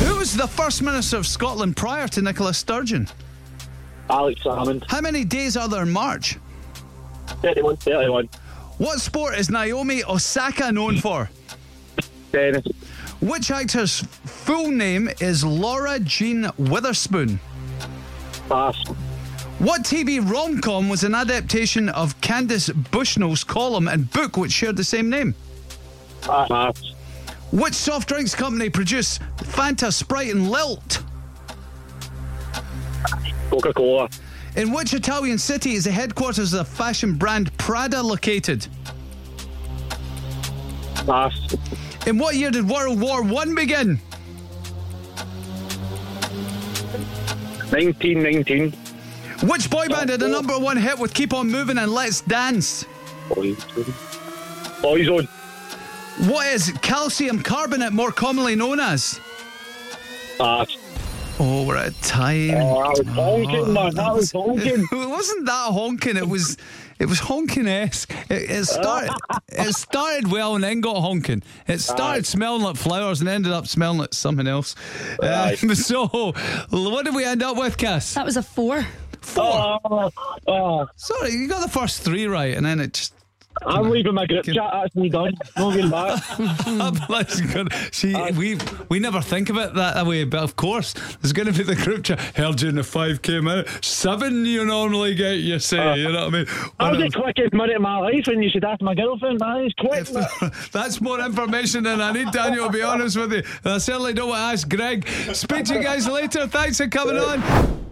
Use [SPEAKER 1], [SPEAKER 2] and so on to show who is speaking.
[SPEAKER 1] Who was the First Minister of Scotland prior to Nicola Sturgeon?
[SPEAKER 2] Alex Salmond.
[SPEAKER 1] How many days are there in March?
[SPEAKER 2] 31, 31.
[SPEAKER 1] What sport is Naomi Osaka known for?
[SPEAKER 2] Dennis.
[SPEAKER 1] Which actor's full name is Laura Jean Witherspoon?
[SPEAKER 2] Pass.
[SPEAKER 1] What TV rom com was an adaptation of Candice Bushnell's column and book which shared the same name?
[SPEAKER 2] Pass. Pass.
[SPEAKER 1] Which soft drinks company produced Fanta, Sprite, and Lilt?
[SPEAKER 2] Coca Cola.
[SPEAKER 1] In which Italian city is the headquarters of the fashion brand Prada located?
[SPEAKER 2] Pass.
[SPEAKER 1] In what year did World War One begin?
[SPEAKER 2] 1919.
[SPEAKER 1] Which boy band
[SPEAKER 2] Oh.
[SPEAKER 1] had a number one hit with Keep On Moving and Let's Dance?
[SPEAKER 2] Boyzone.
[SPEAKER 1] What is calcium carbonate more commonly known as?
[SPEAKER 2] Pass.
[SPEAKER 1] Oh, we're out of time.
[SPEAKER 2] Oh, that was honking, man. That was honking.
[SPEAKER 1] it wasn't that honking. It was, it was honking esque. It, it started, it started well and then got honking. It started smelling like flowers and ended up smelling like something else. Uh,
[SPEAKER 2] Aye.
[SPEAKER 1] so, what did we end up with, Cass?
[SPEAKER 3] That was a four.
[SPEAKER 1] Four.
[SPEAKER 2] Oh, oh,
[SPEAKER 1] Sorry, you got the first three right, and then it just
[SPEAKER 2] I'm leaving my group chat. That's me done. No getting back.
[SPEAKER 1] That's good. See, we we never think of it that way, but of course, there's going to be the group chat. Held you in the five came out. Seven you normally get, you say. you know what I mean?
[SPEAKER 2] That was
[SPEAKER 1] Whatever.
[SPEAKER 2] the quickest minute of my life, and you should ask my girlfriend. That is quick. man.
[SPEAKER 1] If- that's more information than I need, Daniel, to be honest with you. And I certainly don't want to ask Greg. Speak to you guys later. Thanks for coming on.